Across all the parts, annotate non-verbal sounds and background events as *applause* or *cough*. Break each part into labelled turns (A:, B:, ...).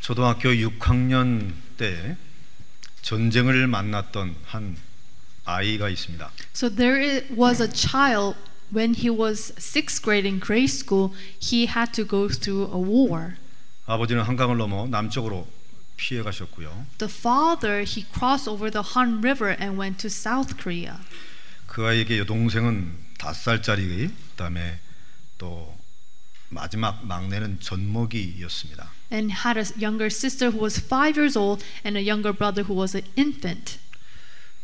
A: 초등학교 6학년 때 전쟁을 만났던 한 아이가 있습니다.
B: So there i- was a child when he was sixth grade in grade school, he had to go through a war.
A: 아버지는 한강을 넘어 남쪽으로 피해 가셨고요.
B: The father, he crossed over the Han River and went to South Korea.
A: 그 아이에게 여동생은 5살짜리 그다음에 또 마지막 막내는 젖먹이였습니다.
B: And had a s- younger sister who was five years old and a younger brother who was an infant.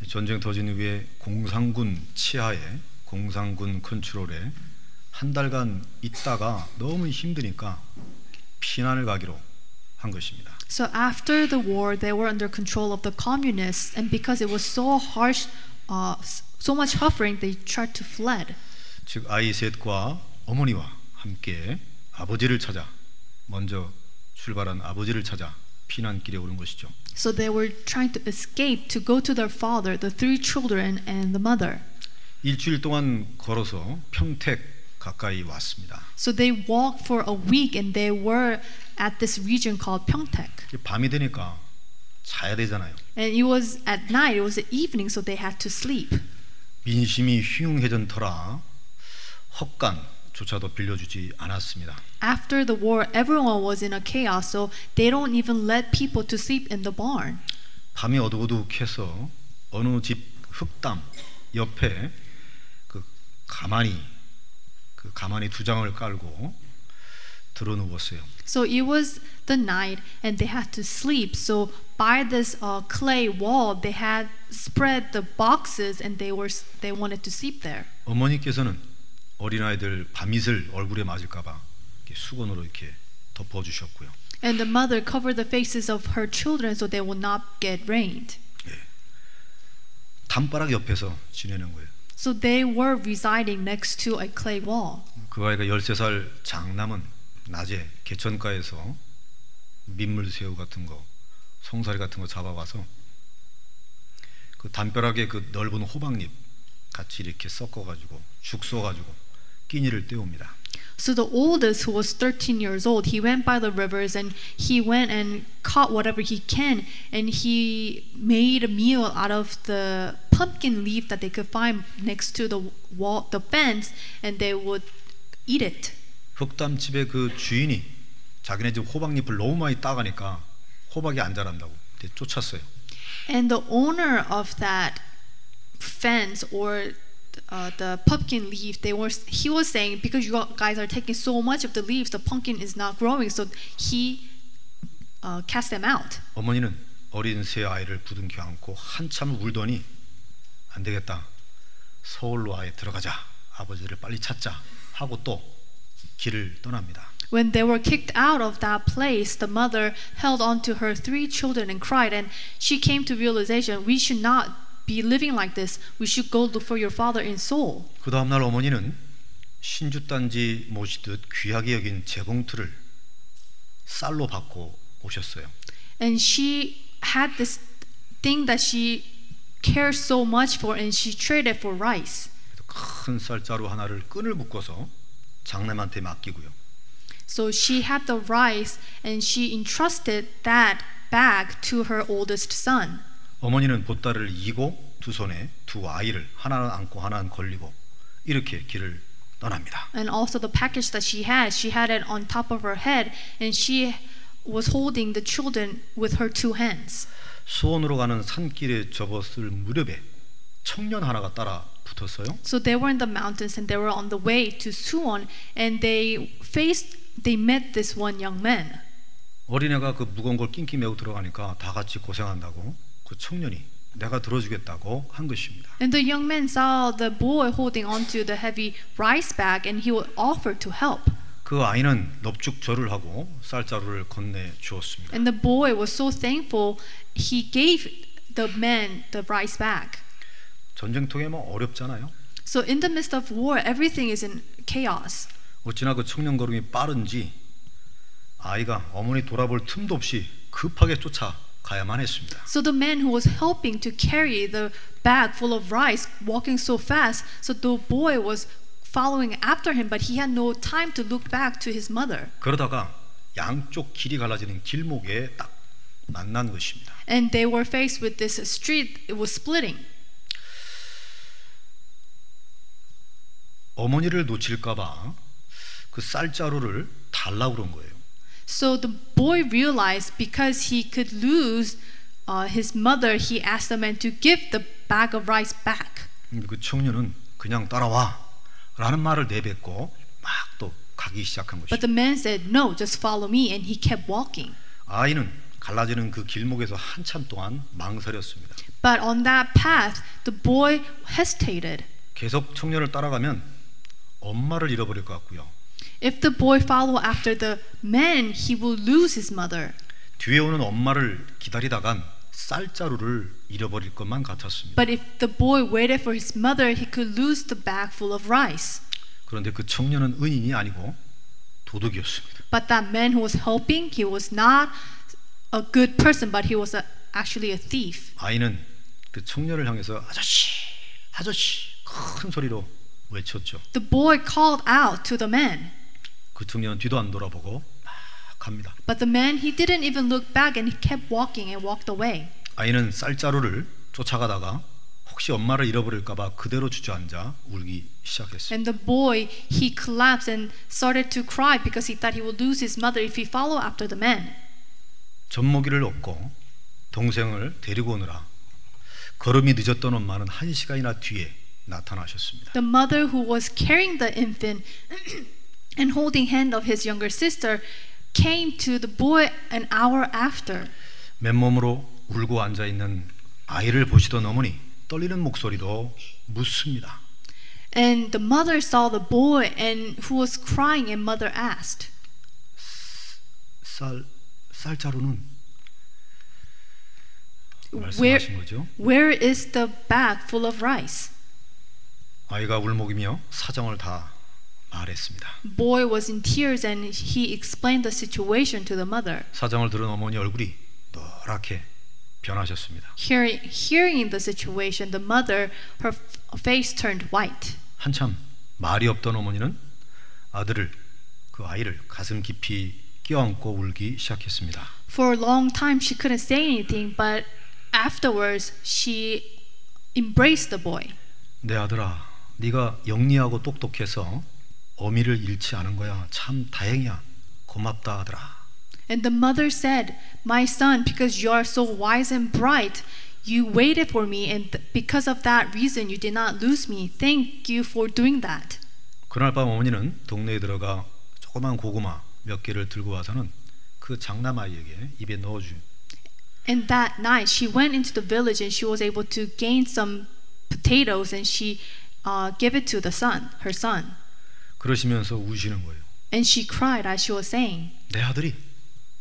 A: 전쟁 터진 후에 공산군 치하에 공산군 컨트롤에 한 달간 있다가 너무 힘드니까 피난을 가기로 한 것입니다.
B: So after the war, they were under control of the communists, and because it was so harsh, uh, s- so much suffering, they tried to fled.
A: 즉 아이 셋과 어머니와 함께 아버지를 찾아 먼저 출발한 아버지를 찾아 피난길에 오른 것이죠.
B: So they were trying to escape to go to their father, the three children, and the mother.
A: 일주일 동안 걸어서 평택 가까이 왔습니다.
B: So they walked for a week and they were at this region called Pyeongtaek.
A: 이게 밤이 되니까 자야 되잖아요.
B: And it was at night, it was the evening, so they had to sleep.
A: 민심이 휘웅해전 터라 헛간조차도 빌려주지 않았습니다.
B: After the war, everyone was in a chaos, so they don't even let people to sleep in the barn.
A: 밤이 어둑어둑해서 어느 집 흙담 옆에 그 가만히 그 가만히 두 장을 깔고 들어 누웠어요.
B: So it was the night and they had to sleep. So by this uh, clay wall, they had spread the boxes and they were s- they wanted to sleep there.
A: 어머니께서는 어린아이들 밤이슬 얼굴에 맞을까봐 이렇게 수건으로 이렇게 덮어주셨고요.
B: And the mother covered the faces of her children so they would not get rained.
A: 담바락 옆에서 지내는 거예요.
B: So they were residing next to a clay wall.
A: 그 아이가 13살 장남은 낮에 개천가에서 민물새우 같은 거, 송사리 같은 거 잡아와서 그 담벼락에 그 넓은 호박잎 같이 이렇게 섞어가지고 죽 써가지고 끼니를 때웁니다.
B: So the oldest, who was 13 years old, he went by the rivers and he went and caught whatever he can and he made a meal out of the pumpkin leaf that they could find next to the wall, the fence, and they would eat it.
A: 흑담집의 그 주인이 자기네 집 호박잎을 너무 많이 따가니까 호박이 안 자란다고 이렇게 쫓았어요.
B: And the owner of that fence or uh, the pumpkin leaf, they were he was saying because you guys are taking so much of the leaves, the pumpkin is not growing. So he uh, cast them out.
A: 어머니는 어린 새 아이를 부둥켜 안고 한참 울더니 안 되겠다. 서울로 아예 들어가자. 아버지를 빨리 찾자 하고 또 길을 떠납니다.
B: When they were kicked out of that place, the mother held on to her three children and cried, and she came to realization we should not be living like this. We should go look for your father in Seoul.
A: 그 다음 날 어머니는 신주단지 모시듯 귀하게 여긴 재봉틀을 쌀로 받고 오셨어요.
B: And she had this thing that she cared so much for, and she traded for rice.
A: 그래서 큰 쌀자루 하나를 끈을 묶어서 장남한테 맡기고요.
B: So she had the rice, and she entrusted that bag to her oldest son.
A: 어머니는 보따리를 이고 두 손에 두 아이를 하나는 안고 하나는 걸리고 이렇게 길을 떠납니다.
B: and also the package that she had she had it on top of her head and she was holding the children with her two hands
A: 수원으로 가는 산길에 접었을 무렵에 청년 하나가 따라 붙었어요.
B: so they were in the mountains and they were on the way to suwon and they faced they met this one young man
A: 어린애가 그 무거운 걸 낑끼 메고 들어가니까 다 같이 고생한다고 그 청년이 내가 들어주겠다고 한 것입니다.
B: and the young man saw the boy holding onto the heavy rice bag and he would offer to help
A: 그 아이는 넙죽 절을 하고 쌀자루를 건네 주었습니다.
B: and the boy was so thankful he gave the man the rice bag
A: 전쟁통에 뭐 어렵잖아요.
B: so in the midst of war everything is in chaos
A: 어찌나 그 청년 걸음이 빠른지 아이가 어머니 돌아볼 틈도 없이 급하게 쫓아가야만 했습니다.
B: So the man who was helping to carry the bag full of rice walking so fast, so the boy was following after him, but he had no time to look back to his mother.
A: 그러다가 양쪽 길이 갈라지는 길목에 딱 만난 것입니다.
B: And they were faced with this street, it was splitting.
A: 어머니를 놓칠까봐 그 쌀자루를 달라고 그런 거예요.
B: So the boy realized because he could lose uh, his mother, he asked the man to give the bag of rice back.
A: 근데 그 청년은 그냥 따라와 라는 말을 내뱉고 막 또 가기 시작한
B: But
A: 것이죠.
B: the man said, No, just follow me. And he kept walking.
A: 아이는 갈라지는 그 길목에서 한참 동안 망설였습니다.
B: But on that path, the boy hesitated.
A: 계속 청년을 따라가면 엄마를 잃어버릴 것 같고요.
B: If the boy follow after the man, he will lose his mother.
A: 뒤에 오는 엄마를 기다리다간 쌀자루를 잃어버릴 것만 같았습니다.
B: But if the boy waited for his mother, he could lose the bag full of rice.
A: 그런데 그 청년은 은인이 아니고 도둑이었습니다.
B: But that man who was helping, he was not a good person, but he was a, actually a thief.
A: 아이는 그 청년을 향해서 아저씨, 아저씨 큰 소리로 외쳤죠.
B: The boy called out to the man,
A: 그 청년은 뒤도 안 돌아보고 막 갑니다.
B: but the man he didn't even look back and he kept walking and walked away.
A: 아이는 쌀자루를 쫓아가다가 혹시 엄마를 잃어버릴까봐 그대로 주저앉아 울기 시작했어요.
B: And the boy he collapsed and started to cry because he thought he would lose his mother if he followed after the man.
A: 젖먹이를 얻고 동생을 데리고 오느라 걸음이 늦었던 엄마는 한 시간이나 뒤에 나타나셨습니다.
B: The mother who was carrying the infant *clears throat* and holding hand of his younger sister came to the boy an hour after.
A: 맨몸으로 울고 앉아 있는 아이를 보시던 어머니 떨리는 목소리도 묻습니다.
B: And the mother saw the boy and who was crying and mother asked,
A: 쌀 쌀자루는
B: "Where
A: 말씀하신 거죠?
B: where is the bag full of rice?"
A: 아이가 울먹이며 사정을 다 말했습니다.
B: Boy was in tears and he explained the situation to the mother.
A: 사정을 들은 어머니 얼굴이 노랗게 변하셨습니다.
B: Hearing, hearing the situation, the mother, her f- face turned white.
A: 한참 말이 없던 어머니는 아들을 그 아이를 가슴 깊이 껴안고 울기 시작했습니다.
B: For a long time, she couldn't say anything, but afterwards, she embraced the boy.
A: 내 아들아, 네가 영리하고 똑똑해서 어미를 잃지 않은 거야. 참 다행이야. 고맙다 아들아.
B: And the mother said, My son, because you are so wise and bright, you waited for me, and th- because of that reason, you did not lose me. Thank you for doing that.
A: 그날 밤 어머니는 동네에 들어가 조그만 고구마 몇 개를 들고 와서는 그 장남 아이에게 입에 넣어주.
B: And that night, she went into the village and she was able to gain some potatoes and she uh, gave it to the son, her son.
A: 그러시면서 우시는 거예요.
B: And she cried as she was saying,
A: 내 아들이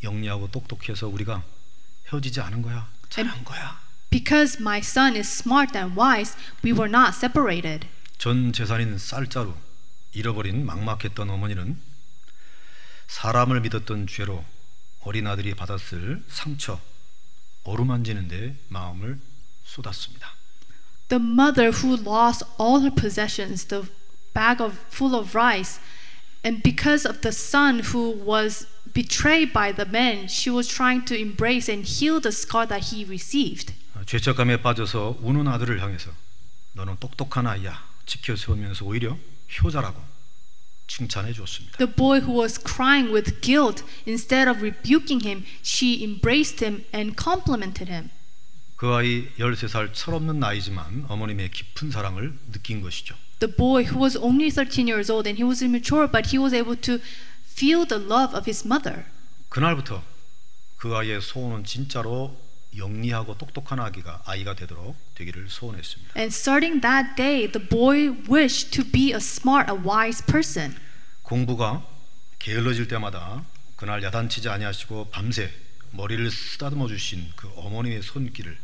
A: 영리하고 똑똑해서 우리가 헤어지지 않은 거야. 잘한 거야.
B: Because my son is smart and wise, we were not separated.
A: 전 재산인 쌀자루 잃어버린 막막했던 어머니는 사람을 믿었던 죄로 어린 아들이 받았을 상처 어루만지는데 마음을 쏟았습니다.
B: The mother who lost all her possessions, the bag of, full of rice, and because of the son who was betrayed by the man, she was trying to embrace and heal the scar that he received.
A: 아, 죄책감에 빠져서 우는 아들을 향해서 너는 똑똑한 아이야 지켜 세우면서 오히려 효자라고 칭찬해 주었습니다.
B: The boy who was crying with guilt, instead of rebuking him, she embraced him and complimented him.
A: 그 아이 13살 철없는 나이지만 어머님의 깊은 사랑을 느낀 것이죠.
B: The boy who was only 13 years old and he was immature, but he was able to feel the love of his mother.
A: 그날부터 그 아이의 소원은 진짜로 영리하고 똑똑한 아기가 아이가 되도록 되기를 소원했습니다.
B: And starting that day, the boy wished to be a smart, a wise person.
A: 공부가 게을러질 때마다 그날 야단치지 아니하시고 밤새 머리를 쓰다듬어 주신 그 어머님의 손길을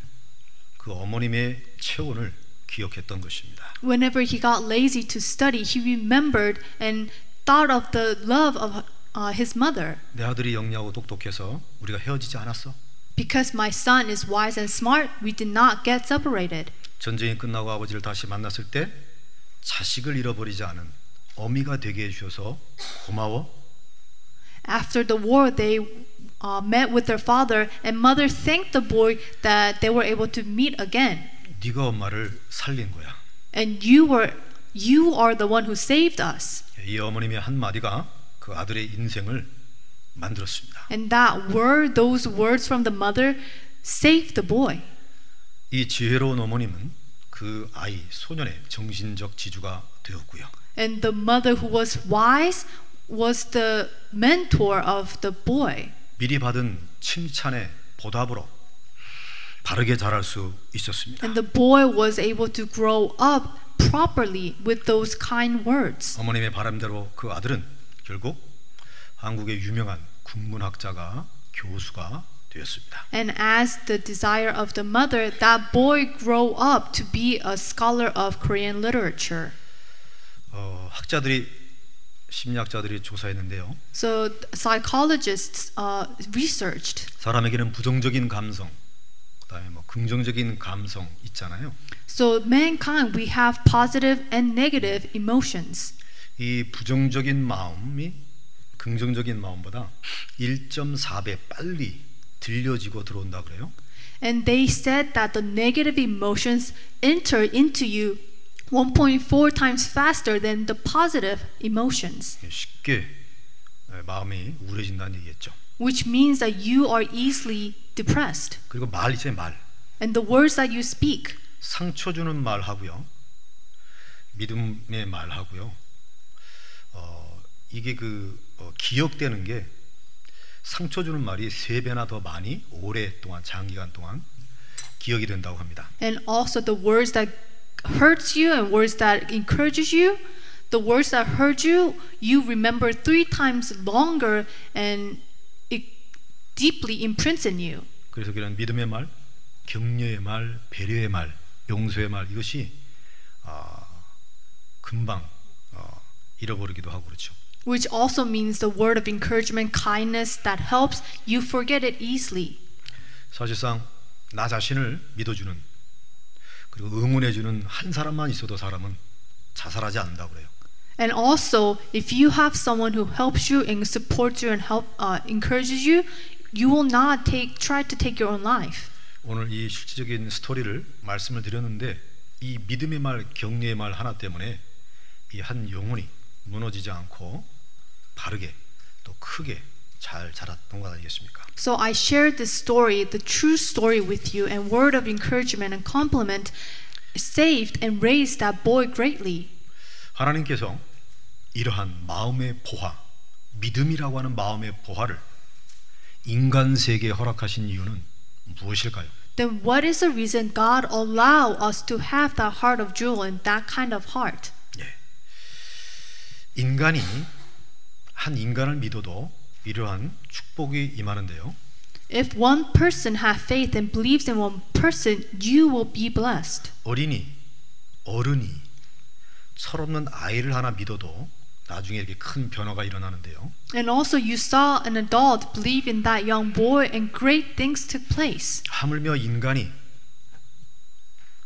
A: 그 어머님의 체온을 기억했던 것입니다.
B: Whenever he got lazy to study, he remembered and thought of the love of uh, his mother.
A: 내 아들이 영리하고 똑똑해서 우리가 헤어지지 않았어.
B: Because my son is wise and smart, we did not get separated.
A: 전쟁이 끝나고 아버지를 다시 만났을 때 자식을 잃어버리지 않은 어미가 되게 해주셔서 고마워
B: After the war, they uh, met with their father, and mother thanked the boy that they were able to meet again.
A: 네가 엄마를 살린 거야.
B: And you were, you are the one who saved us.
A: 예, 이 어머님의 한 마디가 그 아들의 인생을 만들었습니다.
B: And that were those words from the mother saved the boy.
A: 이 지혜로운 어머님은 그 아이 소년의 정신적 지주가 되었고요.
B: And the mother who was wise was the mentor of the boy.
A: 미리 받은 칭찬의 보답으로 바르게 자랄 수 있었습니다.
B: And the boy was able to grow up properly with those kind words.
A: 어머님의 바람대로 그 아들은 결국 한국의 유명한 국문학자가 교수가 되었습니다.
B: And as the desire of the mother, that boy grow up to be a scholar of Korean literature.
A: 어, 학자들이 심리학자들이 조사했는데요.
B: So psychologists uh, researched.
A: 사람에게는 부정적인 감성, 그다음에 뭐 긍정적인 감성 있잖아요.
B: So mankind, we have positive and negative emotions.
A: 이 부정적인 마음이 긍정적인 마음보다 1.4배 빨리 들려지고 들어온다 그래요.
B: And they said that the negative emotions enter into you 1.4 times faster than the positive emotions,
A: 쉽게 예, 마음이 우울해진다는 얘기겠죠.
B: which means that you are easily depressed.
A: 그리고 말 이제 말
B: And the words that you speak,
A: 상처 주는 말하고요, 믿음의 말하고요. 어, 이게 그 어, 기억되는 게 상처 주는 말이 세 배나 더 많이 오랫동안 장기간 동안 기억이 된다고 합니다.
B: and also the words that hurts you and words that encourages you, the words that hurt you, you remember three times longer and it deeply imprints in you.
A: 그래서 그런 믿음의 말, 격려의 말, 배려의 말, 용서의 말 이것이 아, 금방 어, 잃어버리기도 하고 그렇죠.
B: which also means the word of encouragement, kindness that helps, you forget it easily.
A: 사실상 나 자신을 믿어주는 그리고 응원해주는 한 사람만 있어도 사람은 자살하지 않는다 그래요.
B: And also, if you have someone who helps you and supports you and help uh, encourages you, you will not take try to take your own life.
A: 오늘 이 실질적인 스토리를 말씀을 드렸는데 이 믿음의 말, 격려의 말 하나 때문에 이 한 영혼이 무너지지 않고 바르게 또 크게 잘 자랐던 것 아니겠습니까?
B: So I shared this story, the true story, with you, and word of encouragement and compliment saved and raised that boy greatly.
A: 하나님께서 이러한 마음의 보화, 믿음이라고 하는 마음의 보화를 인간 세계에 허락하신 이유는 무엇일까요?
B: Then what is the reason God allow us to have that heart of jewel and that kind of heart?
A: 예. 인간이 한 인간을 믿어도 이러한 축복이 임하는데요.
B: If one person have faith and believes in one person, you will be blessed.
A: 어린이, 어른이 철없는 아이를 하나 믿어도 나중에 이렇게 큰 변화가 일어나는데요.
B: And also you saw an adult believe in that young boy and great things took place.
A: 하물며 인간이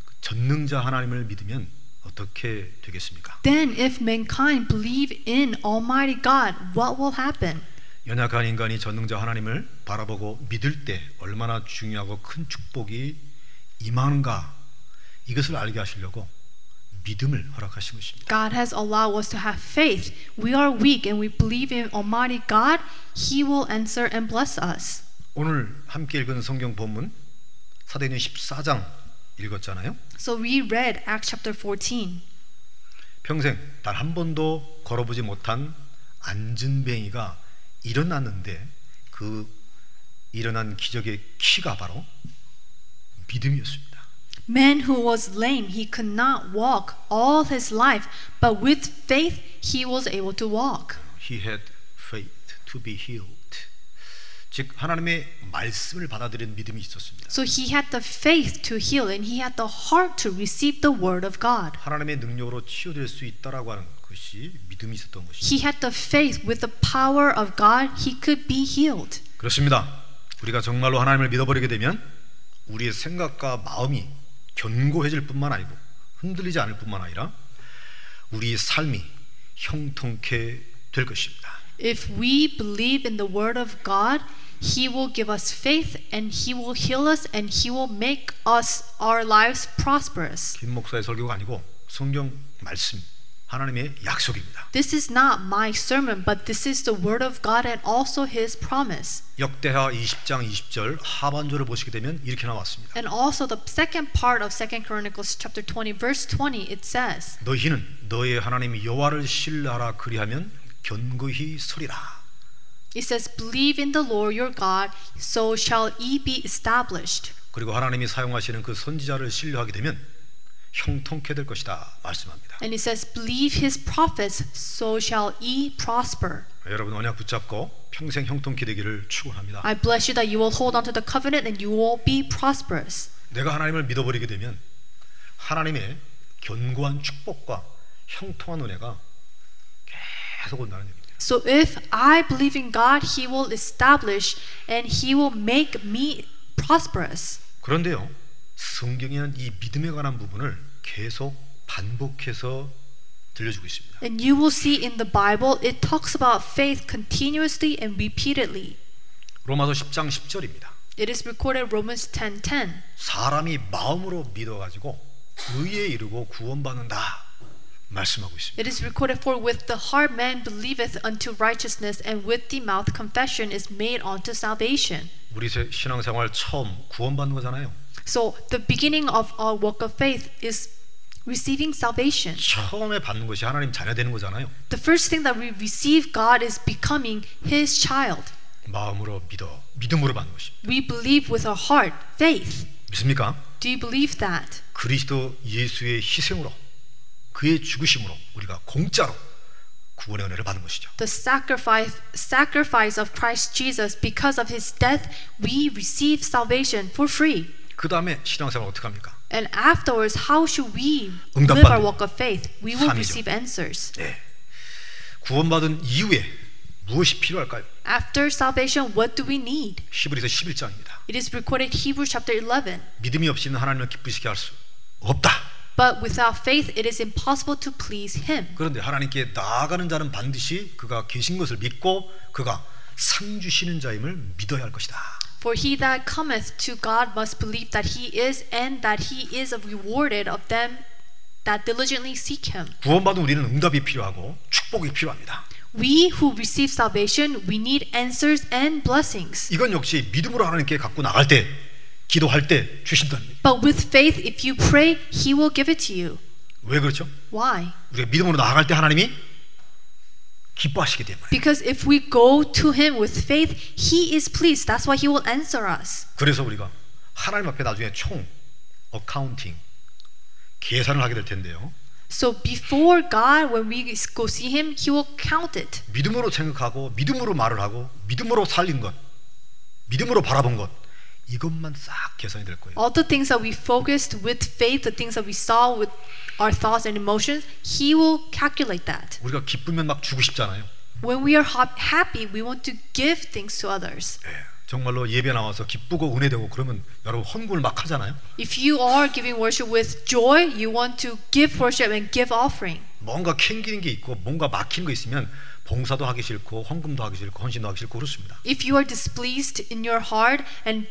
A: 그 전능자 하나님을 믿으면 어떻게 되겠습니까?
B: Then if mankind believe in Almighty God, what will happen?
A: 연약한 인간이 전능자 하나님을 바라보고 믿을 때 얼마나 중요하고 큰 축복이 임하는가 이것을 알게 하시려고 믿음을 허락하신 것입니다.
B: God has allowed us to have faith. We are weak and we believe in Almighty God, he will answer and bless us.
A: 오늘 함께 읽은 성경 본문 사도행전 14장 읽었잖아요.
B: So we read Acts chapter 14.
A: 평생 단 한 번도 걸어보지 못한 앉은 뱅이가 일어났는데 그 일어난 기적의 키가 바로 믿음이었습니다.
B: Man who was lame, he could not walk all his life, but with faith he was able to walk.
A: He had faith to be healed. 즉 하나님의 말씀을 받아들인 믿음이 있었습니다.
B: So he had the faith to heal and he had the heart to receive the word of God.
A: 하나님의 능력으로 치유될 수 있다라고 하는 것이 믿음이 있었던 것입니다.
B: He had the faith with the power of God, he could be healed.
A: 그렇습니다. 우리가 정말로 하나님을 믿어버리게 되면 우리의 생각과 마음이 견고해질 뿐만 아니고 흔들리지 않을 뿐만 아니라 우리의 삶이 형통케 될 것입니다.
B: If we believe in the word of God, he will give us faith and he will heal us and he will make us our lives prosperous.
A: 김 목사의 설교가 아니고 성경 말씀 하나님의 약속입니다.
B: This is not my sermon, but this is the word of God and also his promise.
A: 역대하 20장 20절 하반절을 보시게 되면 이렇게 나왔습니다.
B: And also the second part of 2 Chronicles chapter 20 verse 20 it says,
A: 너희는 너의 하나님 여호와를 신뢰하라 그리하면 견고히 서리라.
B: it says believe in the Lord your God, so shall ye be established.
A: 그리고 하나님이 사용하시는 그 선지자를 신뢰하게 되면 형통케 될 것이다 말씀합니다.
B: And it says believe his prophets, so shall ye prosper.
A: 여러분 언약 붙잡고 평생 형통케 되기를 축원합니다.
B: I bless you that you will hold on to the covenant and you will be prosperous.
A: 내가 하나님을 믿어버리게 되면 하나님의 견고한 축복과 형통한 은혜가 계속 온다는 얘기입니다.
B: So if I believe in God, He will establish and He will make me prosperous.
A: 그런데요, 성경에는 이 믿음에 관한 부분을 계속 반복해서 들려주고 있습니다.
B: And you will see in the Bible, it talks about faith continuously and repeatedly.
A: 로마서 10장 10절입니다.
B: It is recorded Romans 10:10.
A: 사람이 마음으로 믿어가지고 의에 이르고 구원받는다 말씀하고 있습니다.
B: It is recorded for with the heart man believeth unto righteousness and with the mouth confession is made unto salvation.
A: 우리 세- 신앙생활 처음 구원받는 거잖아요.
B: So the beginning of our walk of faith is receiving salvation.
A: 처음에 받는 것이 하나님 자녀 되는 거잖아요.
B: The first thing that we receive God is becoming His child.
A: 마음으로 믿어 믿음으로 받는 것이
B: We believe with our heart, faith.
A: 믿습니까?
B: Do you believe that?
A: 그리스도 예수의 희생으로 그의 죽으심으로 우리가 공짜로 구원의 은혜를 받은 것이죠.
B: The sacrifice, sacrifice of Christ Jesus, because of His death, we receive salvation for free.
A: 그 다음에 신앙생활 어떻게 합니까?
B: And afterwards, how should we
A: 응답받는
B: live our walk of faith? We will
A: 삶이죠.
B: receive answers.
A: 네. 구원받은 이후에 무엇이 필요할까요?
B: After salvation, what do we need?
A: 히브리서 11장입니다.
B: It is recorded Hebrews chapter 11.
A: 믿음이 없이는 하나님을 기쁘시게 할 수 없다.
B: But without faith, it is impossible to please Him.
A: 그런데 하나님께 나아가는 자는 반드시 그가 계신 것을 믿고 그가 상 주시는 자임을 믿어야 할 것이다.
B: For he that cometh to God must believe that he is, and that he is rewarded of them that diligently seek him.
A: 구원받은 우리는 응답이 필요하고 축복이 필요합니다.
B: We who receive salvation, we need answers and blessings.
A: 이건 역시 믿음으로 하나님께 갖고 나갈 때 기도할 때 주신다는 얘기.
B: But with faith, if you pray, he will give it to you.
A: 왜 그렇죠?
B: Why?
A: 우리가 믿음으로 나아갈 때 하나님이 기뻐하시기 때문에.
B: Because if we go to him with faith, he is pleased. That's why he will answer us.
A: 그래서 우리가 하나님 앞에 나중에 총 어카운팅 계산을 하게 될 텐데요.
B: So before God, when we go see him, he will count it.
A: 믿음으로 생각하고 믿음으로 말을 하고 믿음으로 살린 것, 믿음으로 바라본 것 이것만 싹 계산이 될 거예요.
B: all the things that we focused with faith, the things that we saw with our thoughts and emotions, He will calculate that.
A: 우리가 기쁘면 막 주고 싶잖아요.
B: When we are hap- happy, we want to give things to others.
A: 예, 정말로 예배 나와서 기쁘고 은혜되고 그러면 여러분 헌금을 막 하잖아요.
B: If you are giving worship with joy, you want to give worship and give offering.
A: 뭔가 캥기는 게 있고 뭔가 막히는 거 있으면 봉사도 하기 싫고 헌금도 하기 싫고 헌신도 하기 싫고 그렇습니다.
B: If you are displeased in your heart and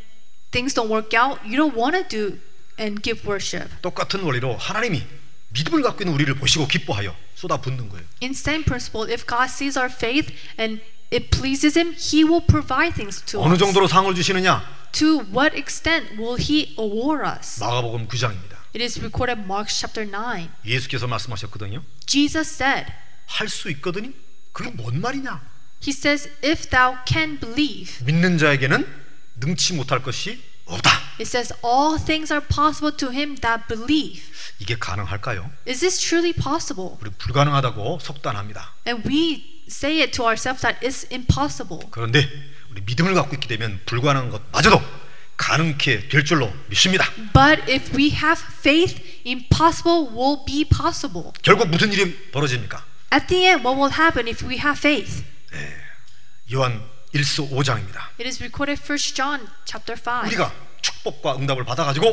B: things don't work out, you don't want to do and give worship.
A: 똑같은 원리로 하나님이 믿음을 갖고 있는 우리를 보시고 기뻐하여 쏟아붓는 거예요.
B: In same principle, if God sees our faith and it pleases Him, He will provide things to
A: 어느
B: us.
A: 정도로 상을 주시느냐?
B: To what extent will He award us?
A: 마가복음 9장입니다.
B: It is recorded Mark chapter 9.
A: 예수께서 말씀하셨거든요.
B: Jesus said,
A: 할 수 있거든요. 그게 뭔 말이냐?
B: He says, If thou can believe,
A: 믿는 자에게는 능치 못할 것이 없다.
B: it says, All things are possible to him that believe.
A: 이게 가능할까요?
B: Is this truly possible?
A: 우리 불가능하다고 속단합니다.
B: And we say it to ourselves that it's impossible.
A: 그런데 우리 믿음을 갖고 있게 되면 불가능한 것마저도 가능케 될 줄로 믿습니다.
B: But if we have faith, impossible will be possible.
A: 결국 무슨 일이 벌어집니까?
B: At the end, what will happen if we have faith?
A: 요한 1서 5장입니다.
B: It is recorded 1 John chapter 5.
A: 우리가 축복과 응답을 받아가지고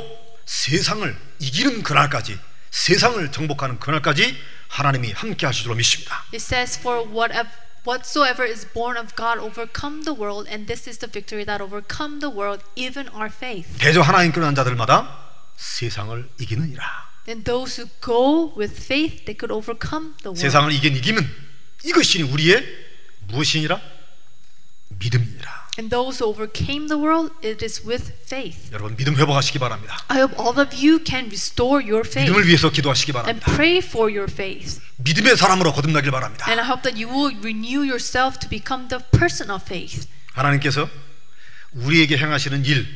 A: 세상을 이기는 그날까지 세상을 정복하는 그날까지 하나님이 함께 하실 줄로 믿습니다.
B: It says, For whatever Whatsoever is born of God overcome the world, and this is the victory that overcome the world, even our faith.
A: 대저 하나님 끌어난 자들마다 세상을 이기느니라.
B: And those who go with faith, they could overcome the world.
A: 세상을 이긴 이김은 이것이 우리의 무엇이니라? 믿음이니라.
B: And those who overcame the world, it is with faith.
A: 여러분 믿음 회복하시기 바랍니다.
B: I hope all of you can restore your
A: 믿음을
B: faith
A: 위해서 기도하시기
B: and
A: 바랍니다.
B: pray for your faith.
A: 믿음의 사람으로 거듭나길 바랍니다.
B: And I hope that you will renew yourself to become the person of faith.
A: 하나님께서 우리에게 행하시는 일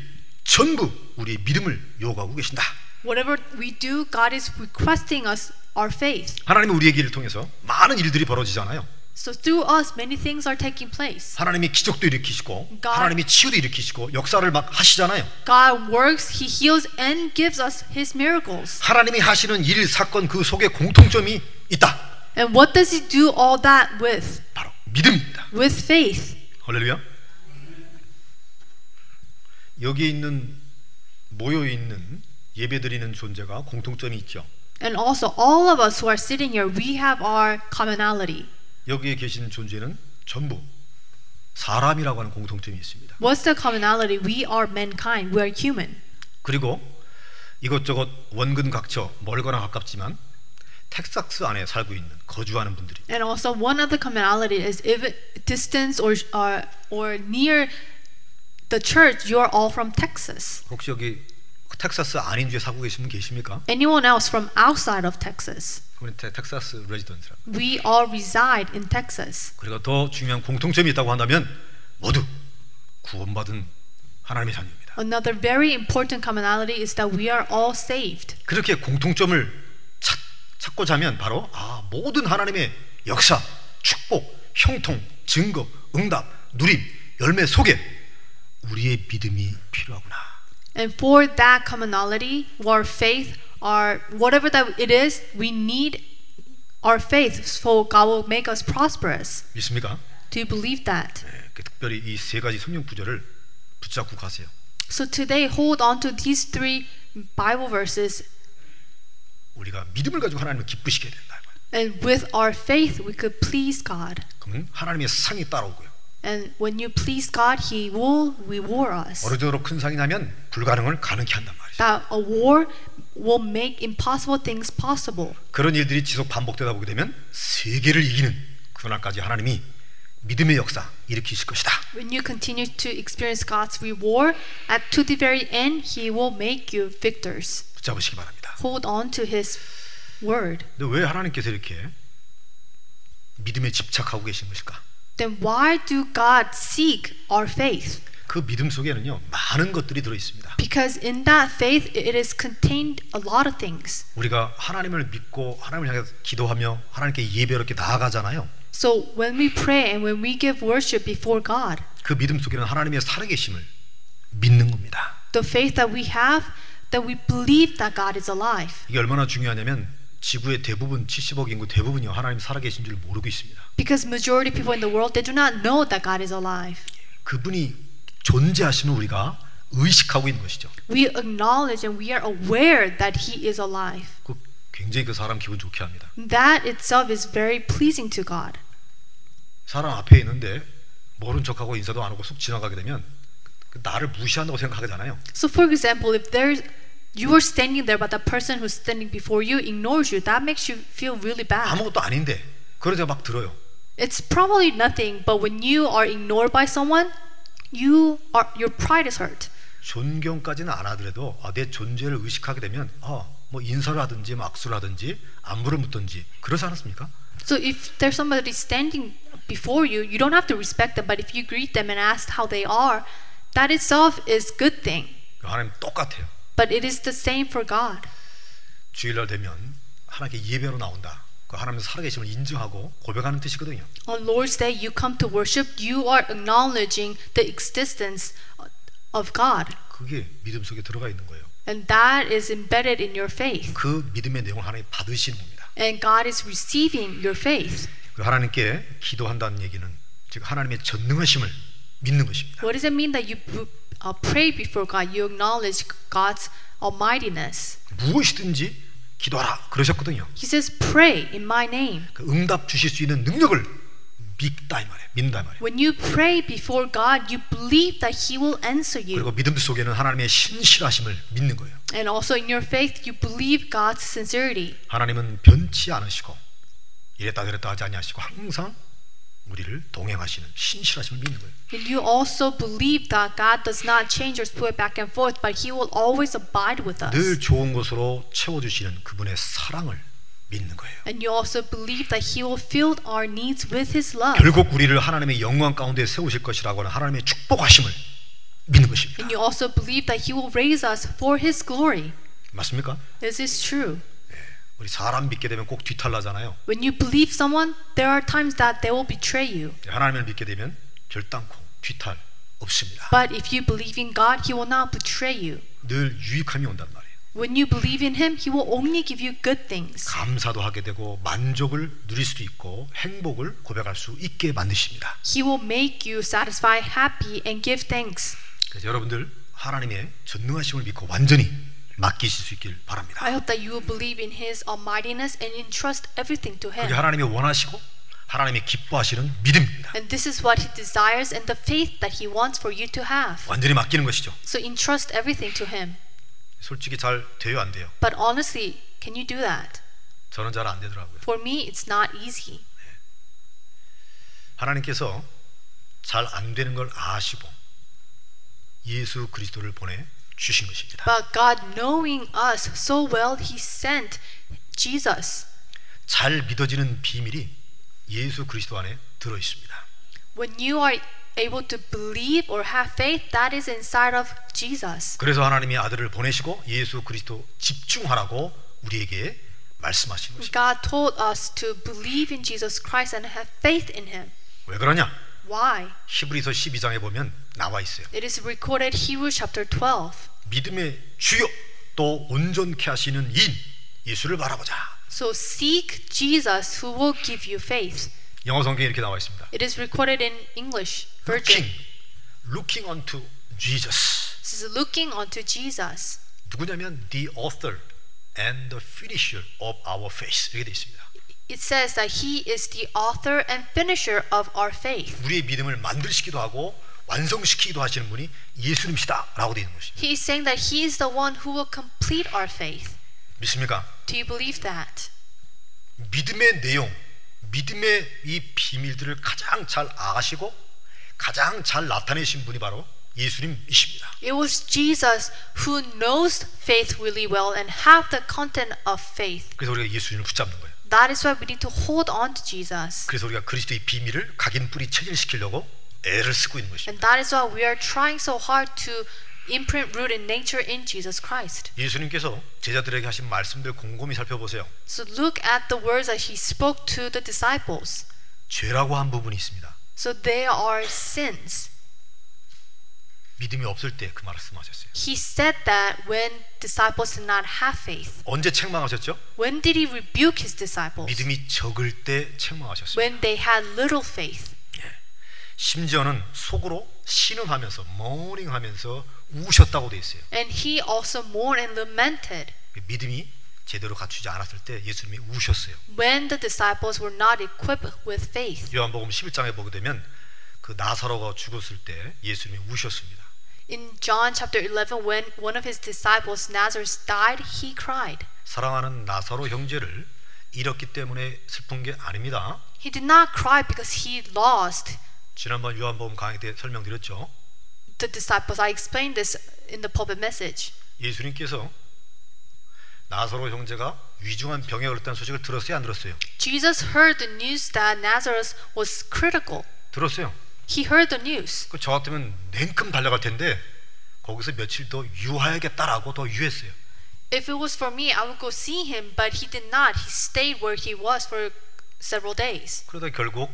A: 전부 우리의 믿음을 요구하고 계신다.
B: Whatever we do, God is requesting us our faith.
A: 하나님은 우리의 길을 통해서 많은 일들이 벌어지잖아요.
B: So through us, many things are taking place.
A: 하나님이 기적도 일으키시고
B: God.
A: 하나님이 치유도 일으키시고 역사를 막 하시잖아요.
B: God works, He heals, and gives us His miracles.
A: 하나님이 하시는 일 사건 그 속에 공통점이 있다.
B: And what does He do all that with?
A: 바로 믿음입니다.
B: With faith.
A: 할렐루야. 여기 있는 모여 있는 예배드리는 존재가 공통점이 있죠.
B: And also, all of us who are sitting here, we have our commonality.
A: 여기에 계신 존재는 전부 사람이라고 하는 공통점이 있습니다.
B: What's the commonality? We are mankind, we are human.
A: 그리고 이것저것 원근각처 멀거나 가깝지만 텍사스 안에 살고 있는 거주하는 분들이
B: And also, one other commonality is if distance or, or, or near the church, you're all from Texas.
A: 혹시 여기 그 텍사스 안인 주에 살고 계신 분 계십니까?
B: Anyone else from outside of Texas?
A: 그분이 텍- 텍사스 레지던트라고.
B: We all reside in Texas.
A: 그리고 더 중요한 공통점이 있다고 한다면 모두 구원받은 하나님의 자녀입니다.
B: Another very important commonality is that we are all saved.
A: 그렇게 공통점을 찾, 찾고자 하면 바로 아, 모든 하나님의 역사, 축복, 형통, 증거, 응답, 누림, 열매 속에 우리의 믿음이 필요하구나.
B: And for that commonality, our faith, our whatever that it is, we need our faith so God will make us prosperous.
A: 믿습니까?
B: Do you believe that?
A: 예, 그 특별히 이 세 가지 성경 구절을 붙잡고 가세요.
B: So today, hold on to these three Bible verses,
A: 우리가 믿음을 가지고 하나님을 기쁘시게 해야 된다.
B: and with our faith, we could please God.
A: 그러면 하나님의 상이 따라오고요.
B: And when you please God, He will reward us.
A: 어느 정도로 큰 상이 나면 불가능을 가능케 한단 말이죠.
B: That a war will make impossible things possible.
A: 그런 일들이 지속 반복되다 보게 되면 세계를 이기는 그날까지 하나님이 믿음의 역사 일으키실 것이다.
B: When you continue to experience God's reward, at to the very end, He will make you victors.
A: 붙잡으시기 바랍니다.
B: Hold on to His word.
A: 근데 왜 하나님께서 이렇게 믿음에 집착하고 계신 것일까?
B: Then why do God seek our faith?
A: 그 믿음 속에는요 많은 것들이 들어 있습니다.
B: Because in that faith, it is contained a lot of things.
A: 우리가 하나님을 믿고 하나님을 향해 기도하며 하나님께 예배롭게 나아가잖아요.
B: So when we pray and when we give worship before God,
A: 그 믿음 속에는 하나님의 살아계심을 믿는 겁니다.
B: the faith that we have, that we believe that God is alive.
A: 이게 얼마나 중요하냐면 지구의 대부분 70억 인구 대부분이 하나님 살아계신 줄 모르고 있습니다.
B: Because majority of people in the world, they do not know that God is alive.
A: 그분이 존재하심을 우리가 의식하고 있는 것이죠.
B: We acknowledge and we are aware that He is alive.
A: 그 굉장히 그 사람 기분 좋게 합니다.
B: That itself is very pleasing to God.
A: 사람 앞에 있는데 모른 척하고 인사도 안 하고 쑥 지나가게 되면 그 나를 무시한다고 생각하잖아요.
B: So, for example, if there's you are standing there, but the person who's standing before you ignores you, that makes you feel really bad.
A: 아무것도 아닌데 그러자 막 들어요.
B: It's probably nothing, but when you are ignored by someone, you are your pride is hurt.
A: 존경까지는 안 하더라도 아, 내 존재를 의식하게 되면 아, 뭐 인사를 하든지 뭐 악수를 하든지 안부를 묻든지 그러지 않았습니까?
B: So, if there's somebody standing before you, you don't have to respect them, but if you greet them and ask how they are, that itself is good thing.
A: 그러니까 하나님 똑같아요.
B: But it is the same for God.
A: 주일날 되면 하나님께 예배로 나온다. 그 하나님의 살아계심을 인정하고 고백하는 뜻이거든요.
B: On Lord's Day, you come to worship, you are acknowledging the existence of God.
A: 그게 믿음 속에 들어가 있는 거예요.
B: And that is embedded in your faith.
A: 그 믿음의 내용을 하나님 받으시는 겁니다.
B: And God is receiving your faith.
A: 그 하나님께 기도한다는 얘기는 즉 하나님의 전능하심을 믿는 것입니다.
B: What does it mean that you uh, pray before God? You acknowledge God's almightiness.
A: 무엇이든지 기도하라 그러셨거든요.
B: He says, Pray in my name.
A: 그 응답 주실 수 있는 능력을 믿다 이 말이에요. 믿는다 이 말이에요.
B: When you pray before God, you believe that He will answer you.
A: 그리고 믿음 속에는 하나님의 신실하심을 믿는 거예요.
B: And also in your faith, you believe God's sincerity.
A: 하나님은 변치 않으시고 이랬다 저랬다 하지 아니하시고 항상 우리를 동행하시는 신실하심을 믿는 거예요.
B: And you also believe that God does not change or split back and forth, but He will always abide with us.
A: 늘 좋은 것으로 채워주시는 그분의 사랑을 믿는 거예요.
B: And you also believe that He will fill our needs with His love.
A: 결국 우리를 하나님의 영광 가운데 세우실 것이라고 하는 하나님의 축복하심을 믿는 것입니다.
B: And you also believe that He will raise us for His glory.
A: 맞습니까?
B: This is true.
A: 우리 사람 믿게 되면 꼭 뒤탈나잖아요.
B: When you believe someone, there are times that they will betray you.
A: 하나님을 믿게 되면 결단코 뒤탈 없습니다.
B: But if you believe in God, He will not betray you.
A: 늘 유익함이 온단 말이에요.
B: When you believe in Him, He will only give you good things.
A: 감사도 하게 되고 만족을 누릴 수도 있고 행복을 고백할 수 있게 만드십니다.
B: He will make you satisfied, happy, and give thanks.
A: 그래서 여러분들 하나님의 전능하심을 믿고 완전히 맡기실 수 있길 바랍니다.
B: I hope that you will believe in His almightiness and entrust everything to
A: 그게
B: Him.
A: 하나님이 원하시고 하나님이 기뻐하시는 믿음입니다.
B: And this is what He desires and the faith that He wants for you to have.
A: 완전히 맡기는 것이죠.
B: So entrust everything to Him.
A: 솔직히 잘 돼요 안 돼요?
B: But honestly, can you do that?
A: 저는 잘 안 되더라고요.
B: For me, it's not easy.
A: 하나님께서 잘 안 되는 걸 아시고 예수 그리스도를 보내 주신 것입니다.
B: But God, knowing us so well, He sent Jesus.
A: 잘 믿어지는 비밀이 예수 그리스도 안에 들어 있습니다.
B: When you are able to believe or have faith, that is inside of Jesus.
A: 그래서 하나님이 아들을 보내시고 예수 그리스도 집중하라고 우리에게 말씀하신 것입니다.
B: God told us to believe in Jesus Christ and have faith in Him.
A: 왜 그러냐?
B: Why?
A: 히브리서 12장에 보면 나와 있어요.
B: It is recorded Hebrews chapter 12.
A: 믿음의 주요 또 온전케 하시는 인 예수를 바라보자.
B: So seek Jesus who will give you faith.
A: 영어 성경에 이렇게 나와 있습니다.
B: It is recorded in English version.
A: looking looking unto Jesus.
B: This is looking unto Jesus.
A: 누구냐면 the author and the finisher of our faith 이렇게 되어 있습니다.
B: It says that He is the author and finisher of our faith.
A: 우리의 믿음을 만들시기도 하고 완성시키기도 하시는 분이 예수님이시다라고 되어 있는 것입니다.
B: He is saying that He is the one who will complete our faith.
A: 믿습니까?
B: Do you believe that?
A: 믿음의 내용, 믿음의 이 비밀들을 가장 잘 아시고 가장 잘 나타내신 분이 바로 예수님이십니다.
B: It was Jesus who knows faith really well and have the content of faith.
A: 그래서 우리가 예수님을 붙잡는 거예요.
B: That is why we need to hold on to Jesus.
A: 그래서 우리가 그리스도의 비밀을 각인 뿌리 체질시키려고 애를 쓰고 있는 것입니다.
B: And that is why we are trying so hard to imprint root and nature in Jesus Christ.
A: 예수님께서 제자들에게 하신 말씀들 곰곰이 살펴보세요.
B: So look at the words that he spoke to the disciples.
A: 죄라고 한 부분이 있습니다.
B: So they are sins.
A: 믿음이 없을 때 그 말씀하셨어요.
B: He said that when disciples did not have faith.
A: 언제 책망하셨죠?
B: When did he rebuke his disciples?
A: 믿음이 적을 때 책망하셨어요. 예.
B: When they had little faith.
A: 심지어는 속으로 신음하면서 머닝하면서 우셨다고 돼 있어요.
B: And he also mourned and lamented
A: 믿음이 제대로 갖추지 않았을 때 예수님이 우셨어요.
B: when the disciples were not equipped with faith.
A: 요한복음 11장에 보게 되면 그 나사로가 죽었을 때 예수님이 우셨습니다.
B: In John chapter 11, when one of his disciples, Nazareth, died, he cried.
A: 사랑하는 나사로 형제를 잃었기 때문에 슬픈 게 아닙니다.
B: He did not cry because he lost
A: 지난번 요한복음 강의 때 설명드렸죠.
B: the disciples. I explained this in the pulpit message.
A: 예수님께서 나사로 형제가 위중한 병에 걸렸다는 소식을 들었어요, 안 들었어요?
B: Jesus heard the news that Nazareth was critical.
A: 들었어요.
B: He heard the news.
A: 그 저 같으면 냉큼 달려갈 텐데 거기서 며칠 더 유하야겠다라고 더 유했어요.
B: If it was for me, I would go see him, but he did not. He stayed where he was for several days.
A: 그러다 결국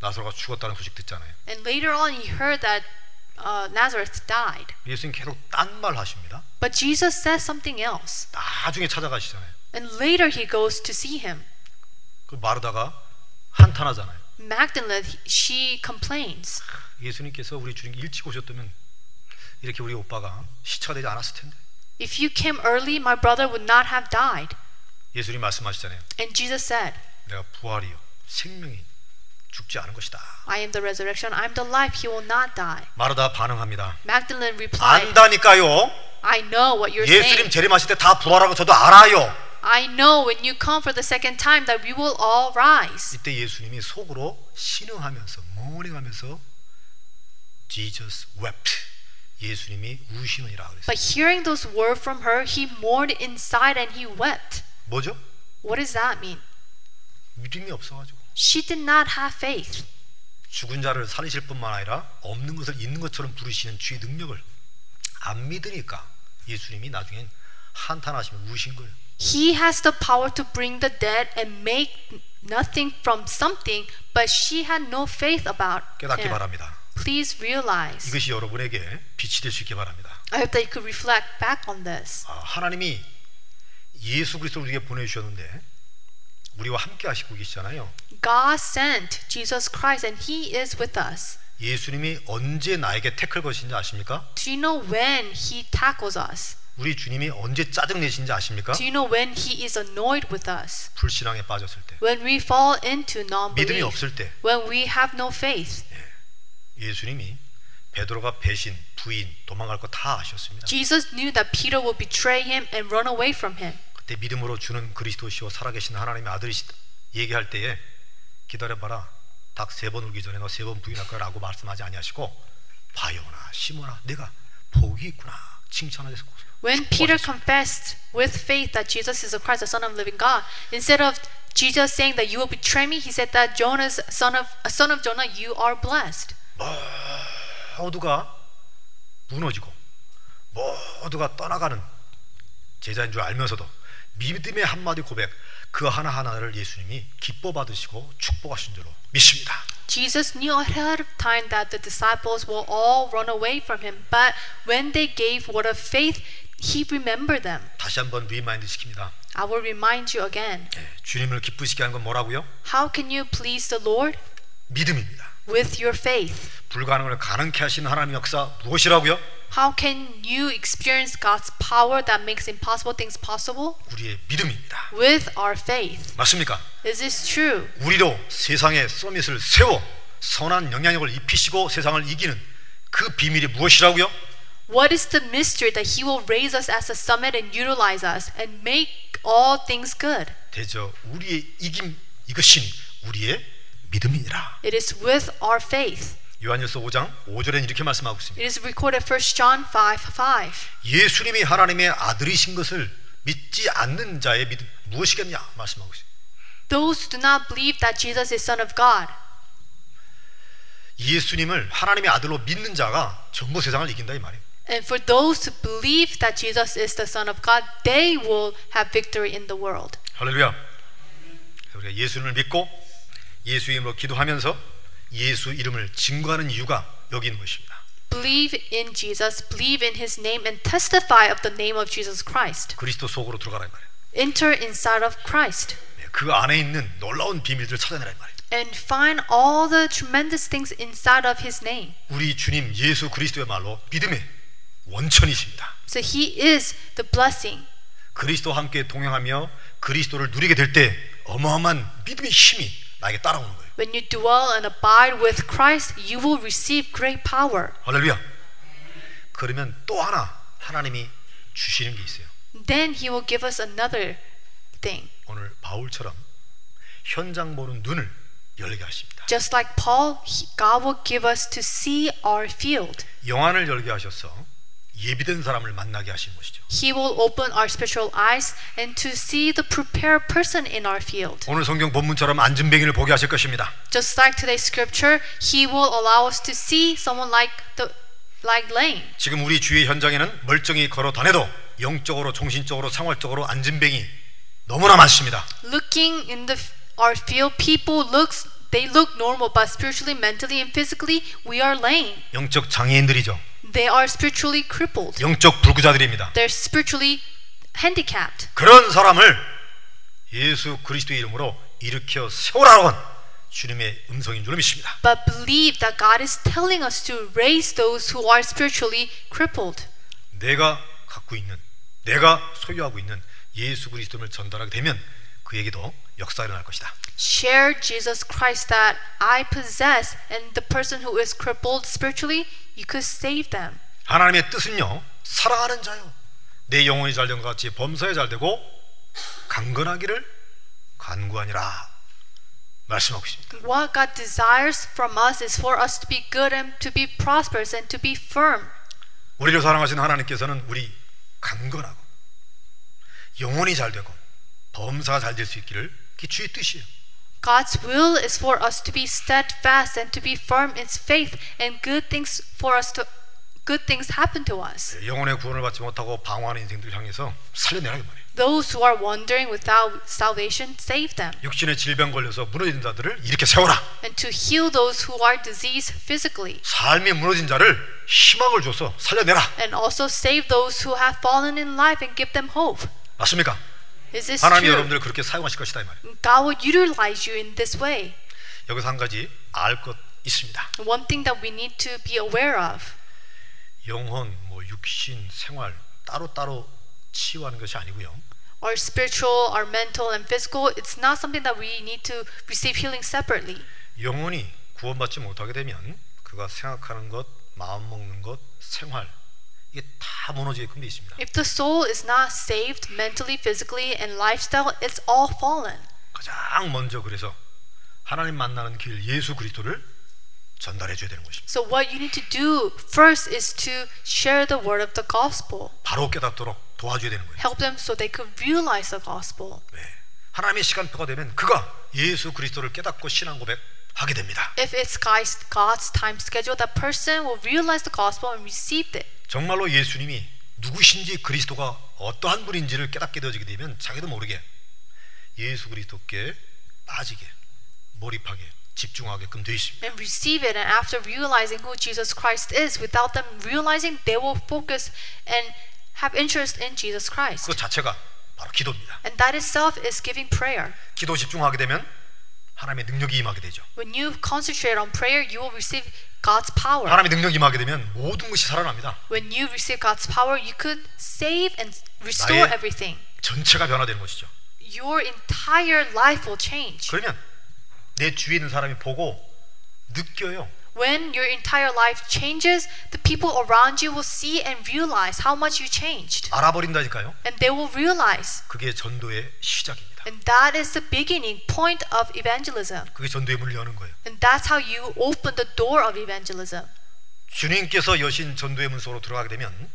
A: 나사로가 죽었다는 소식 듣잖아요.
B: And later on, he heard that uh, Nazareth died.
A: 예수님 계속 딴 말 하십니다.
B: But Jesus says something else.
A: 나중에 찾아가시잖아요.
B: And later, he goes to see him.
A: 그 마르다가 한탄하잖아요.
B: Magdalene, she complains.
A: 예수님께서 우리 주님 일찍 오셨다면 이렇게 우리 오빠가 시차가 되지 않았을 텐데.
B: If you came early, my brother would not have died.
A: 예수님 말씀하시잖아요.
B: And Jesus said,
A: 내가 부활이요 생명이 죽지 않은 것이다.
B: I am the resurrection. I am the life. He will not die.
A: 마르다 반응합니다.
B: Magdalene replied,
A: 안다니까요.
B: I know what you're
A: 예수님
B: saying.
A: 재림하실 때 다 부활하고 저도 알아요.
B: I know when you come for the second time that we will all rise.
A: 이때 예수님이 속으로 신음하면서 머닝하면서 Jesus wept. 예수님이 우시느니라 그랬어요.
B: But hearing those words from her, he mourned inside and he wept.
A: 뭐죠?
B: What does that mean?
A: 믿음이 없어가지고
B: She did not have faith.
A: 죽은 자를 살리실 뿐만 아니라 없는 것을 있는 것처럼 부르시는 주의 능력을 안 믿으니까 예수님이 나중엔 한탄하시며 우신 거예요.
B: He has the power to bring the dead and make nothing from something, but she had no faith about
A: 깨닫기
B: him.
A: 바랍니다.
B: Please realize.
A: 이것이 여러분에게 빛이 될 수 있기 바랍니다.
B: I hope that you could reflect back on this.
A: 아, 하나님이 예수 그리스도를 우리에게 보내주셨는데 우리와 함께 하시고 계시잖아요.
B: God sent Jesus Christ and He is with us.
A: 예수님이 언제 나에게 태클 것인지 아십니까?
B: Do you know when He tackles us?
A: 우리 주님이 언제 짜증 내신지 아십니까?
B: Do you know when He is annoyed with us?
A: 불신앙에 빠졌을 때,
B: When we fall into
A: 믿음이
B: non-belief,
A: 없을 때
B: when we have no faith,
A: 예수님이 베드로가 배신, 부인, 도망갈 거 다 아셨습니다.
B: Jesus knew that Peter would betray him and run away from him.
A: 그때 믿음으로 주는 그리스도시오 살아계신 하나님의 아들이시다 얘기할 때에 기다려봐라 닭 세 번 울기 전에 너 세 번 부인할 거라고 말씀하지 아니하시고 바요나 시모나 내가 복이 있구나 칭찬하셨고
B: When Peter confessed with faith that Jesus is the Christ, the Son of the Living God, instead of Jesus saying that you will betray me, he said that Jonas, son of son of Jonah, you are blessed.
A: 모두가 무너지고 모두가 떠나가는 제자인 줄 알면서도 믿음의 한마디 고백 그 하나하나를 예수님이 기뻐 받으시고 축복하신 줄로 믿습니다
B: Jesus knew ahead of time that the disciples will all run away from him, but when they gave word of faith, he remembered them.
A: 다시 한번 리마인드 시킵니다
B: I will remind you again.
A: 예, 주님을 기쁘시게 하는 건 뭐라고요?
B: How can you please the Lord?
A: 믿음입니다
B: With your faith.
A: 불가능을 가능케 하시는 하나님 역사 무엇이라고요?
B: How can you experience God's power that makes impossible things possible?
A: 우리의 믿음입니다.
B: With our faith.
A: 맞습니까?
B: Is this true?
A: 우리도 세상의 서밋을 세워 선한 영향력을 입히시고 세상을 이기는 그 비밀이 무엇이라고요?
B: What is the mystery that He will raise us as a summit and utilize us and make all things good?
A: 대저 우리의 이김 이것이 우리의 믿음이니라.
B: It is with our faith.
A: 요한일서 5장 5절에는 이렇게 말씀하고 있습니다.
B: It is recorded 1 John 5 5.
A: 예수님이 하나님의 아들이신 것을 믿지 않는 자의 믿음 무엇이겠냐 말씀하고 있습니다.
B: Those who do not believe that Jesus is Son of God.
A: 예수님을 하나님의 아들로 믿는 자가 전부 세상을 이긴다 이 말이에요.
B: And for those who believe that Jesus is the Son of God, they will have victory in the world.
A: 할렐루야. 우리가 예수님을 믿고 예수 이름으로 기도하면서 예수 이름을 증거하는 이유가 여기 있는 것입니다.
B: Believe in Jesus, believe in His name, and testify of the name of Jesus Christ.
A: 그리스도 속으로 들어가라 이 말이에요.
B: Enter inside of Christ.
A: 네, 그 안에 있는 놀라운 비밀들을 찾아내라 이 말이에요.
B: and find all the tremendous things inside of his name.
A: 우리 주님 예수 그리스도의 말로 믿음의 원천이십니다.
B: So he is the blessing.
A: 그리스도와 함께 동행하며 그리스도를 누리게 될 때 어마어마한 믿음의 힘이 나에게 따라오는 거예요.
B: When you dwell and abide with Christ, you will receive great power.
A: 할렐루야. 그러면 또 하나 하나님이 주시는 게 있어요.
B: Then he will give us another thing.
A: 오늘 바울처럼 현장 보는 눈을 열게 하십니다.
B: Just like Paul, he- God will give us to see our field.
A: 영안을 열게 하셔서 예비된 사람을 만나게 하신 것이죠.
B: He will open our spiritual eyes and to see the prepared person in our field.
A: 오늘 성경 본문처럼 앉은뱅이를 보게 하실 것입니다.
B: Just like today's scripture, he will allow us to see someone like the like Lane.
A: 지금 우리 주위 현장에는 멀쩡히 걸어 다녀도 영적으로 정신적으로 생활적으로 앉은뱅이 너무나 많습니다.
B: looking in the our field people looks they look normal but spiritually mentally and physically we are lame
A: 영적 장애인들이죠.
B: they are spiritually crippled
A: 영적 불구자들입니다.
B: they're spiritually handicapped
A: 그런 사람을 예수 그리스도의 이름으로 일으켜 세우라는 주님의 음성인 줄 믿습니다.
B: but believe that god is telling us to raise those who are spiritually crippled
A: 내가 갖고 있는 내가 소유하고 있는 예수 그리스도를 전달하게 되면 그에게도 역사가 일어날 것이다.
B: Share Jesus Christ that I possess, and the person who is crippled spiritually, you could save them.
A: 하나님의 뜻은요 사랑하는 자요 내 영혼이 잘된 것 같이 범사에 잘되고 강건하기를 간구하니라 말씀하고 있습니다.
B: What God desires from us is for us to be good and to be prosperous and to be firm.
A: 우리를 사랑하신 하나님께서는 우리 강건하고 영혼이 잘되고 범사가 잘 될 수 있기를 그게 주의 뜻이에요.
B: God's will is for us to be steadfast and to be firm in faith, and good things for us to good things happen to us.
A: 영혼의 구원을 받지 못하고 방황하는 인생들 향해서 살려내라는 말이에요.
B: Those who are wandering without salvation, save them.
A: 육신의 질병 걸려서 무너진 자들을 이렇게 세워라.
B: And to heal those who are diseased physically.
A: 삶이 무너진 자를 희망을 줘서 살려내라.
B: And also save those who have fallen in life and give them hope.
A: 맞습니까?
B: Is this
A: 하나님이
B: true?
A: 여러분들을 그렇게 사용하실 것이다 이 말이에요.
B: God will utilize you in this way.
A: 여기서 한 가지 알 것 있습니다.
B: One thing that we need to be aware of.
A: 영혼, 뭐 육신, 생활 따로 따로 치유하는 것이 아니고요.
B: Our spiritual, our mental, and physical, it's not something that we need to receive healing separately.
A: 영혼이 구원받지 못하게 되면 그가 생각하는 것, 마음 먹는 것, 생활 이게 다 무너지게끔 돼 있습니다.
B: If the soul is not saved mentally, physically, and lifestyle, it's all fallen.
A: 가장 먼저 그래서 하나님 만나는 길 예수 그리스도를 전달해 줘야 되는 것입니다.
B: So, what you need to do first is to share the word of the gospel.
A: 바로 깨닫도록 도와줘야 되는 거예요.
B: Help them so they could realize the gospel.
A: 네. 하나님의 시간표가 되면 그가 예수 그리스도를 깨닫고 신앙 고백하게 됩니다.
B: If it's God's, God's time schedule, that person will realize the gospel and receive it.
A: 정말로 예수님이 누구신지 그리스도가 어떠한 분인지를 깨닫게 되어지게 되면 자기도 모르게 예수 그리스도께 빠지게 몰입하게 집중하게끔 되어 있습니다.
B: and receive it. And after realizing who Jesus Christ is, without them realizing, they will focus and have interest in Jesus
A: 그
B: Christ.
A: 자체가 바로 기도입니다.
B: And that itself is giving prayer.
A: 기도 집중하게 되면 하나님의 능력이 임하게 되죠.
B: When you concentrate on prayer, you will receive God's power.
A: 하나님의 능력이 임하게 되면 모든 것이 살아납니다.
B: When you receive God's power, you could save and restore
A: 나의-
B: everything.
A: 전체가 변화되는 것이죠.
B: Your entire life will change.
A: 그러면 내 주위에 있는 사람이 보고 느껴요.
B: When your entire life changes, the people around you will see and realize how much you changed.
A: 알아버린다니까요.
B: And they will realize
A: 그게 전도의 시작입니다.
B: And that is the beginning point of evangelism.
A: 그게 전도의 문을 여는 거예요.
B: And that's how you open the door of evangelism.
A: 주님께서 여신 전도의 문 속으로 들어가게 되면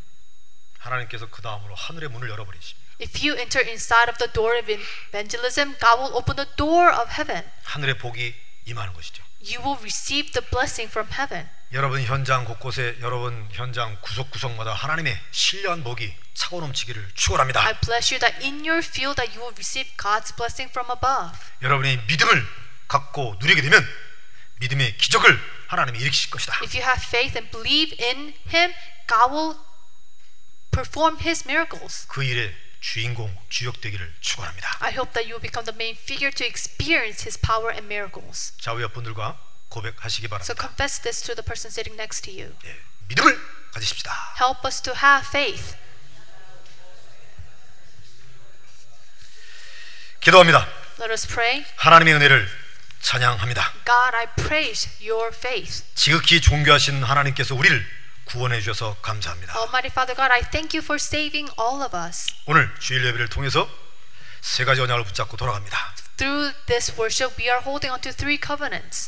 A: 하나님께서 그 다음으로 하늘의 문을 열어버리십니다.
B: If you enter inside of the door of evangelism, God will open the door of heaven.
A: 하늘의 복이 임하는 것이죠.
B: You will receive the blessing from heaven.
A: 여러분 현장 곳곳에 여러분 현장 구석구석마다 하나님의 신령한 복이 차고 넘치기를 축원합니다.
B: I bless you that in your field that you will receive God's blessing from above.
A: 여러분이 믿음을 갖고 누리게 되면 믿음의 기적을 하나님이 일으키실 것이다.
B: If you have faith and believe in Him, God will perform His miracles.
A: 그 일의 주인공 주역 되기를 축원합니다.
B: I hope that you will become the main figure to experience His power and miracles.
A: 좌우 옆분들과 고백하시기
B: So
A: 바랍니다.
B: confess this to the person sitting next to you.
A: 예, 믿음을 가지십시다.
B: Help us to have faith.
A: 기도합니다.
B: Let us pray.
A: 하나님의 은혜를 찬양합니다.
B: God, I praise your faith.
A: 지극히 존귀하신 하나님께서 우리를 구원해 주셔서 감사합니다.
B: Almighty Father God, I thank you for saving all of us.
A: 오늘 주일 예배를 통해서 세 가지 언약을 붙잡고 돌아갑니다.
B: Through this worship, we are holding on to three covenants.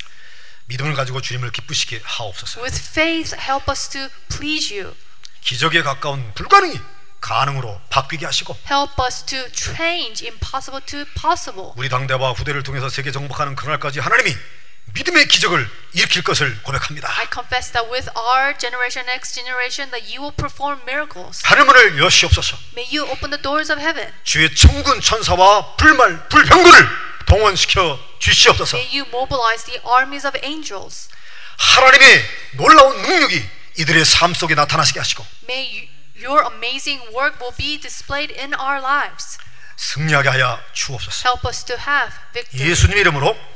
A: 믿음을 가지고 주님을 기쁘시게 하옵소서.
B: With faith, help us to please you.
A: 기적에 가까운 불가능이 가능으로 바뀌게 하시고
B: Help us to change impossible to possible.
A: 우리 당대와 후대를 통해서 세계 정복하는 그날까지 하나님이 믿음의 기적을 일으킬 것을 고백합니다.
B: I confess that with our generation, next generation, that you will perform miracles.
A: 하늘문을 여시옵소서.
B: May you open the doors of heaven.
A: 주의 천군 천사와 불말 불병거를 동원시켜 주시옵소서.
B: May you mobilize the armies of angels.
A: 하나님의 놀라운 능력이 이들의 삶 속에 나타나시게 하시고
B: May you, your amazing work will be displayed in our lives.
A: 승리하게 하여 주옵소서.
B: Help us to have victory.
A: 예수님의 이름으로
B: In